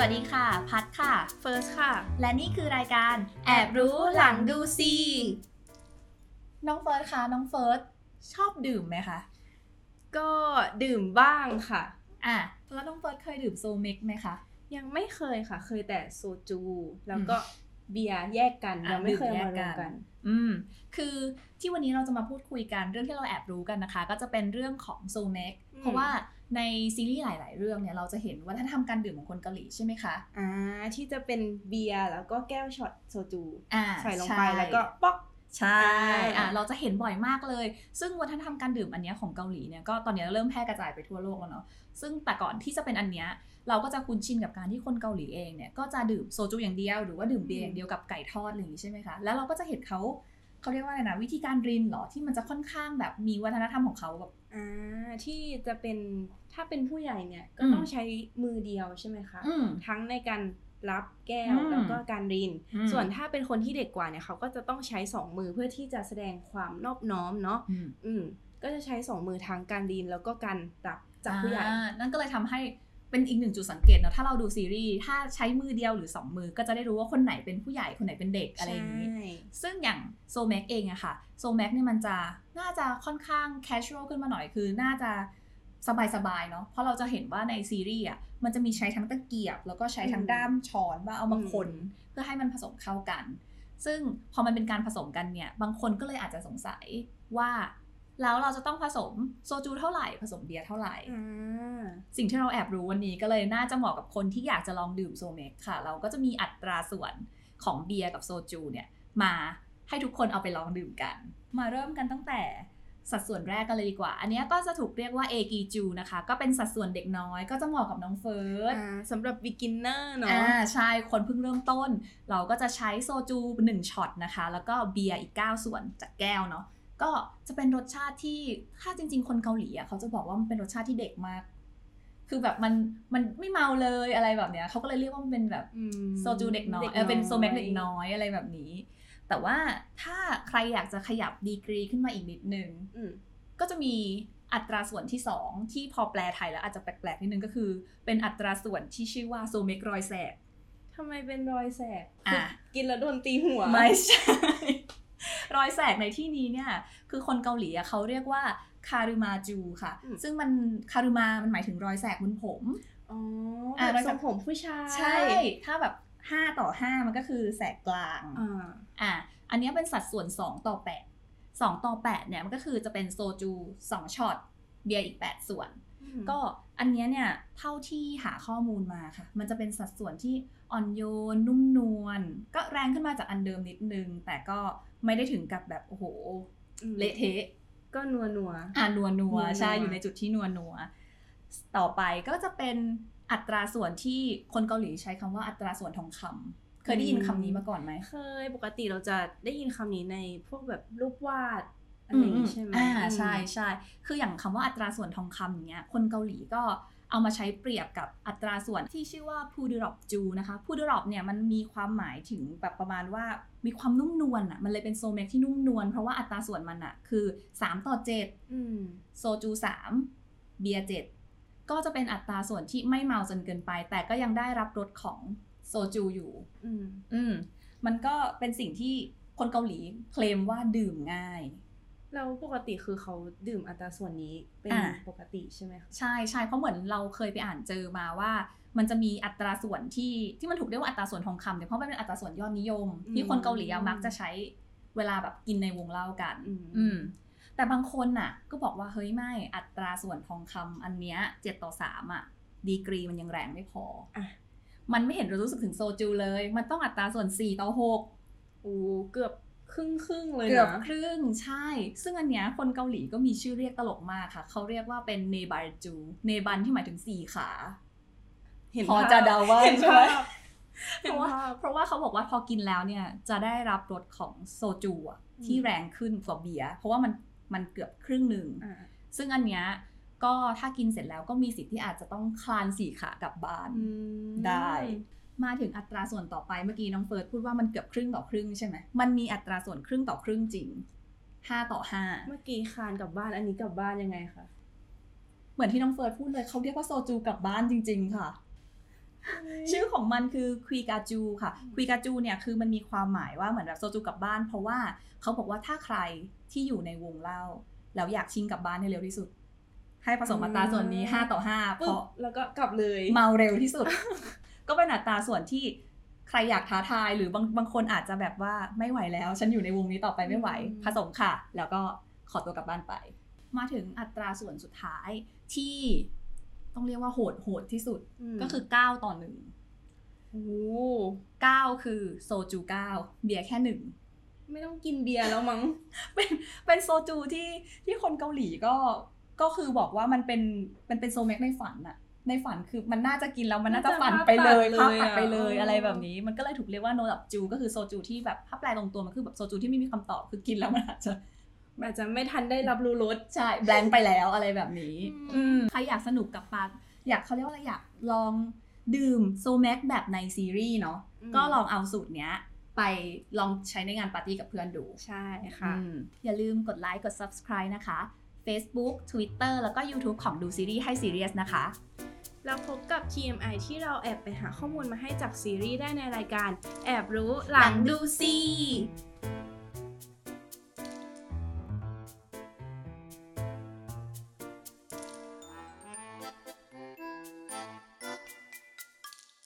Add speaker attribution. Speaker 1: วัสดีค่ะ พัดค่ะ
Speaker 2: เฟิร์สค่ะ
Speaker 1: และนี่คือรายการแอบรู้หลังดูซีน้องเฟิร์สคะน้องเฟิร์สชอบดื่มไหมคะ
Speaker 2: ก็ดื่มบ้างค่ะ
Speaker 1: อ่ะแล้วน้องเฟิร์สเคยดื่มโซเมกไหมคะ
Speaker 2: ยังไม่เคยค่ะ เคยแต่โซจู แล้วก็เบียร์แยกกัน
Speaker 1: อ่ะ
Speaker 2: ยังไม่เคย
Speaker 1: ดื่
Speaker 2: มาม ร
Speaker 1: แยว ก
Speaker 2: ม
Speaker 1: กั
Speaker 2: กัน น
Speaker 1: อืม คือที่วันนี้เราจะมาพูดคุยกันเรื่องที่เราแอบรู้กันนะคะ ก็จะเป็นเรื่องของโซเมก
Speaker 2: อืม
Speaker 1: เพราะว่าในซีรีส์หลาย ๆ เรื่องเนี่ยเราจะเห็นวัฒนธรรมการดื่มของคนเกาหลีใช่ไหมคะ
Speaker 2: อ่าที่จะเป็นเบียร์แล้วก็แก้วช็อตโซจู
Speaker 1: อ่า
Speaker 2: ใส่ลงไป
Speaker 1: ช่
Speaker 2: แล้วก็ป๊อก
Speaker 1: ใช่อ่ะ
Speaker 2: อ่า
Speaker 1: เราจะเห็นบ่อยมากเลย ซึ่งวัฒนธรรมการดื่มอันเนี้ยของเกาหลีเนี่ยก็ตอนเนี้ยเริ่มแพร่กระจายไปทั่วโลกแล้วเนาะ ซึ่งแต่ก่อนที่จะเป็นอันเนี้ยเราก็จะคุ้นชินกับการที่คนเกาหลีเองเนี่ยก็จะดื่มโซจูอย่างเดียวหรือว่าดื่มเบียร์อย่างเดียวกับไก่ทอดอะไรอย่างนี้ใช่ไหมคะ แล้วเราก็จะเห็นเขาเขาเรียกว่าอะไรนะวิธีการรินเหรอที่มันจะค่อนข้างแบบมีวัฒนธรรมของเขาแบบ
Speaker 2: อ่าที่จะเป็นถ้าเป็นผู้ใหญ่เนี่ยก็
Speaker 1: อืม
Speaker 2: ต้องใช้มือเดียวใช่ไหมคะ
Speaker 1: อืม
Speaker 2: ทั้งในการรับแก้
Speaker 1: อื
Speaker 2: ว
Speaker 1: ม
Speaker 2: แล้วก็การริน
Speaker 1: อืม
Speaker 2: ส่วนถ้าเป็นคนที่เด็กกว่าเนี่ยเขาก็จะต้องใช้สองมือเพื่อที่จะแสดงความนอบน้อมเนาะ
Speaker 1: อืม
Speaker 2: อืม ก็จะใช้สองมือทางการดินแล้วก็การรับจากผู้ใหญ่
Speaker 1: อ่านั่นก็เลยทำให้เป็นอีกหนึ่งจุดสังเกตเนาะถ้าเราดูซีรีส์ถ้าใช้มือเดียวหรือสองมือก็จะได้รู้ว่าคนไหนเป็นผู้ใหญ่คนไหนเป็นเด็กอะไรอย่างนี้ ซึ่งอย่างโซแม็กเองอะค่ะโซแม็กเนี่ยมันจะน่าจะค่อนข้างแคชช a l ขึ้นมาหน่อยคือน่าจะสบายๆเนาะเพราะเราจะเห็นว่าในซีรีส์อะมันจะมีใช้ทั้งตะเกียบ แล้วก็ใช้ทั้ง
Speaker 2: อืม
Speaker 1: ด้ามช้อนว่าเอามาคน
Speaker 2: อืม
Speaker 1: เพื่อให้มันผสมเข้ากัน ซึ่งพอมันเป็นการผสมกันเนี่ย บางคนก็เลยอาจจะสงสัยว่าแล้วเราจะต้องผสมโซจูเท่าไหร่ผสมเบียร์เท่าไหร่
Speaker 2: อ่า
Speaker 1: สิ่งที่เราแอบรู้วันนี้ก็เลยน่าจะเหมาะกับคนที่อยากจะลองดื่มโซเมกค่ะ เราก็จะมีอัตราส่วนของเบียร์กับโซจูเนี่ย มาให้ทุกคนเอาไปลองดื่มกัน มาเริ่มกันตั้งแต่สัดส่วนแรกกันเลยดีกว่า อันเนี้ยก็จะถูกเรียกว่าเอกีจูนะคะ ก็เป็นสัดส่วนเด็กน้อย ก็จะเหมาะกับน้องเฟิร์ส
Speaker 2: อ่าสำหรับ beginner เนาะ
Speaker 1: อ่าใช่ คนเพิ่งเริ่มต้น เราก็จะใช้โซจู 1ช็อตนะคะ แล้วก็เบียร์อีก 9 ส่วนจากแก้วเนาะก็จะเป็นรสชาติที่ถ้าจริง ๆ คนเกาหลีอ่ะเขาจะบอกว่ามันเป็นรสชาติที่เด็กมาก คือแบบมันมันไม่เมาเลยอะไรแบบเนี้ยเขาก็เลยเรียกว่ามันเป็นแบบ
Speaker 2: อืม
Speaker 1: โซจูเด็กน้อยเออเป็นโซแม็กเด็กน้อยอะไรแบบนี้ แต่ว่าถ้าใครอยากจะขยับดีกรีขึ้นมาอีกนิดนึง
Speaker 2: อืม
Speaker 1: ก็จะมีอัตราส่วนที่ 2 ที่พอแปลไทยแล้วอาจจะแปลกๆนิดนึงก็คือ เป็นอัตราส่วนที่ชื่อว่าโซเมกรอยแสก
Speaker 2: ทำไมเป็นรอยแสบ
Speaker 1: อ่ะ
Speaker 2: กินแล้วโดนตีหัว
Speaker 1: ไม่ใช่ รอยแสกในที่นี้เนี่ย คือคนเกาหลีอะเขาเรียกว่าคารุมาจูค่ะ
Speaker 2: อืม
Speaker 1: ซึ่งมันคารุมามันหมายถึงรอยแสกบนผม
Speaker 2: อ๋อ
Speaker 1: อ่ะ
Speaker 2: แบบ
Speaker 1: รอยแส
Speaker 2: ท
Speaker 1: บ
Speaker 2: รงผมผู้ชาย
Speaker 1: ใช่ ถ้าแบบ 5 ต่อ 5 มันก็คือแสกกลาง
Speaker 2: อ่า
Speaker 1: อ่ะ อันเนี้ยเป็นสัดส่วน 2 ต่อ 8 2 ต่อ 8 เนี่ย มันก็คือจะเป็นโซจู 2ช็อต เบียร์อีก 8 ส่วน
Speaker 2: อืม
Speaker 1: ก็อันเนี้ยเนี่ย เท่าที่หาข้อมูลมาค่ะ มันจะเป็นสัดส่วนที่อ่อนโยน นุ่มนวล ก็แรงขึ้นมาจากอันเดิมนิดนึง แต่ก็ไม่ได้ถึงกับแบบ โอ้โห เละเทะ
Speaker 2: ก็นัวนัว
Speaker 1: อ่านัวนัวๆใช่อ
Speaker 2: นัวๆ
Speaker 1: ยู่ในจุดที่นัวนัวๆต่อไปก็จะเป็นอัตราส่วนที่คนเกาหลีใช้คำว่าอัตราส่วนทองคำเคยได้ยินคำนี้มาก่อนไหม
Speaker 2: เคยปกติเราจะได้ยินคำนี้ในพวกแบบรูปวาดอะไรอย่างงี้ใช่ไหม
Speaker 1: อ่า
Speaker 2: อืม
Speaker 1: ใช่ใช่คืออย่างคำว่าอัตราส่วนทองคำอย่างเงี้ยคนเกาหลีก็เอามาใช้เปรียบกับอัตราส่วนที่ชื่อว่าพูดรอบจูนะคะพูดรอบเนี่ยมันมีความหมายถึงแบบประมาณว่ามีความนุ่มนวลอ่ะมันเลยเป็นโซเมกที่นุ่มนวลเพราะว่าอัตราส่วนมันอ่ะคือ 3 ต่อ 7
Speaker 2: อืม
Speaker 1: โซจู3เบียร์7ก็จะเป็นอัตราส่วนที่ไม่เมาจนเกินไป แต่ก็ยังได้รับรสของโซจูอยู่
Speaker 2: อืม
Speaker 1: อืม มันก็เป็นสิ่งที่คนเกาหลีเคลมว่าดื่มง่าย
Speaker 2: เราปกติคือเขาดื่มอัตราส่วนนี้เป็น
Speaker 1: อ่า
Speaker 2: ปกติใช่ไหมคะ
Speaker 1: ใช่ใช่เพราะเหมือนเราเคยไปอ่านเจอมาว่า มันจะมีอัตราส่วนที่ที่มันถูกเรียกว่าอัตราส่วนทองคำเนี่ยเพราะมันเป็นอัตราส่วนยอดนิยม
Speaker 2: อืม
Speaker 1: ที่คนเกาหลีอะมักจะใช้เวลาแบบกินในวงเล่ากัน
Speaker 2: อืม
Speaker 1: อืม แต่บางคนน่ะ ก็บอกว่าเฮ้ยไม่อัตราส่วนทองคำอันเนี้ยเจ็ดต่อสามอ่ะ ดีกรีมันยังแรงไม่พออะ มันไม่เห็นรู้สึกถึงโซจูเลย มันต้องอัตราส่วนสี่ต่อหก
Speaker 2: โอ้เกือบครึ่งครึ่งๆเลยนะ
Speaker 1: เกือบครึ่งใช่ ซึ่งอันเนี้ยคนเกาหลีก็มีชื่อเรียกตลกมากค่ะ เขาเรียกว่าเป็นเนบาจู เนบันที่หมายถึงสี่ขา พอ
Speaker 2: ภพ
Speaker 1: จะเดาว่า
Speaker 2: เห็น
Speaker 1: ใช่ไหม
Speaker 2: ภาพ
Speaker 1: เพ
Speaker 2: เห็น
Speaker 1: ราะว่า
Speaker 2: ภาพ
Speaker 1: เพราะว่าเขาบอกว่าพอกินแล้วเนี่ย จะได้รับรสของโซจูอะ
Speaker 2: อืม
Speaker 1: ที่แรงขึ้นกว่าเบียร์เพราะว่ามันมันเกือบครึ่งหนึ่ง
Speaker 2: อ่า
Speaker 1: ซึ่งอันเนี้ยก็ถ้ากินเสร็จแล้วก็มีสิทธิ์ที่อาจจะต้องคลานสี่ขากลับบ้าน
Speaker 2: อืม
Speaker 1: ได้ มาถึงอัตราส่วนต่อไปเมื่อกี้น้องเฟิร์สพูดว่ามันเกือบครึ่งต่อครึ่งใช่ไหมมันมีอัตราส่วนครึ่งต่อครึ่งจริงห้าต่อห้า
Speaker 2: เมื่อกี้คานกลับบ้านอันนี้กลับบ้านยังไงคะ
Speaker 1: เหมือนที่น้องเฟิร์สพูดเลยเขาเรียกว่าโซจูกลับบ้านจริง ๆ ค่ะ ชื่อของมันคือคุยกาจูค่ะคุยกาจูเนี่ยคือมันมีความหมายว่าเหมือนแบบโซจูกลับบ้าน เพราะว่าเขาบอกว่าถ้าใครที่อยู่ในวงเล่าแล้วอยากชิงกลับบ้านให้เร็วที่สุด ให้ผสมอัตราส่วนนี้ 5 ต่อ 5 เพ
Speaker 2: ปึ๊บ
Speaker 1: ราะ
Speaker 2: แล้วก็กลับเลย
Speaker 1: เมาเร็วที่สุด ก็เป็นอัตราส่วนที่ใครอยากท้าทายหรือบางบางคนอาจจะแบบว่าไม่ไหวแล้ว ฉันอยู่ในวงนี้ต่อไปไม่ไหว ผสมค่ะ แล้วก็ขอตัวกลับบ้านไป มาถึงอัตราส่วนสุดท้ายที่ต้องเรียกว่าโหดโหดที่สุด ก็คือ 9 ต่อหนึ่ง
Speaker 2: โอ้โห
Speaker 1: เก้าคือโซจูเก้าเบียร์แค่หนึ่ง
Speaker 2: ไม่ต้องกินเบียร์แล้วมั้ง
Speaker 1: เป็นเป็นโซจูที่ที่คนเกาหลีก็ก็คือบอกว่ามันเป็นมันเป็นโซแม็กในฝันอะในฝันคือมันน่าจะกินแล้วมันน่าจะฝันไปเลย
Speaker 2: มันจะ
Speaker 1: ภาพ
Speaker 2: ภาพตัดเลย
Speaker 1: ตัดไปเลย
Speaker 2: อะ
Speaker 1: อะไรแบบนี้ มันก็เลยถูกเรียกว่าโนดับจูก็คือโซจูที่แบบถ้าแปลตรงตัวมันคือแบบโซจูที่ไม่มีคำตอบคือกินแล้วมันอาจจะ
Speaker 2: อาจจะไม่ทันได้รับรู้รส
Speaker 1: ใช่แบงไปแล้วอะไรแบบนี้
Speaker 2: อืม
Speaker 1: อืมใครอยากสนุกกับปาร์ตอยากเขาเรียกว่าอะไรอยากลองดื่มโซแม็กแบบในซีรีส์เนาะก็ลองเอาสูตรเนี้ย ไปลองใช้ในงานปาร์ตี้กับเพื่อนดู
Speaker 2: ใช่
Speaker 1: อื
Speaker 2: ค่ะ
Speaker 1: มอย่าลืมกดไลค์กด subscribe นะคะ Facebook Twitter แล้วก็ YouTube ของดูซีรีส์ให้ซีเรียสนะคะ
Speaker 2: เราพบกับ TMI ที่เราแอบไปหาข้อมูลมาให้จากซีรีส์ได้ในรายการ แอบรู้ห
Speaker 1: หลั
Speaker 2: ลั
Speaker 1: ง
Speaker 2: ง
Speaker 1: ดู
Speaker 2: ดู
Speaker 1: ซี
Speaker 2: ซี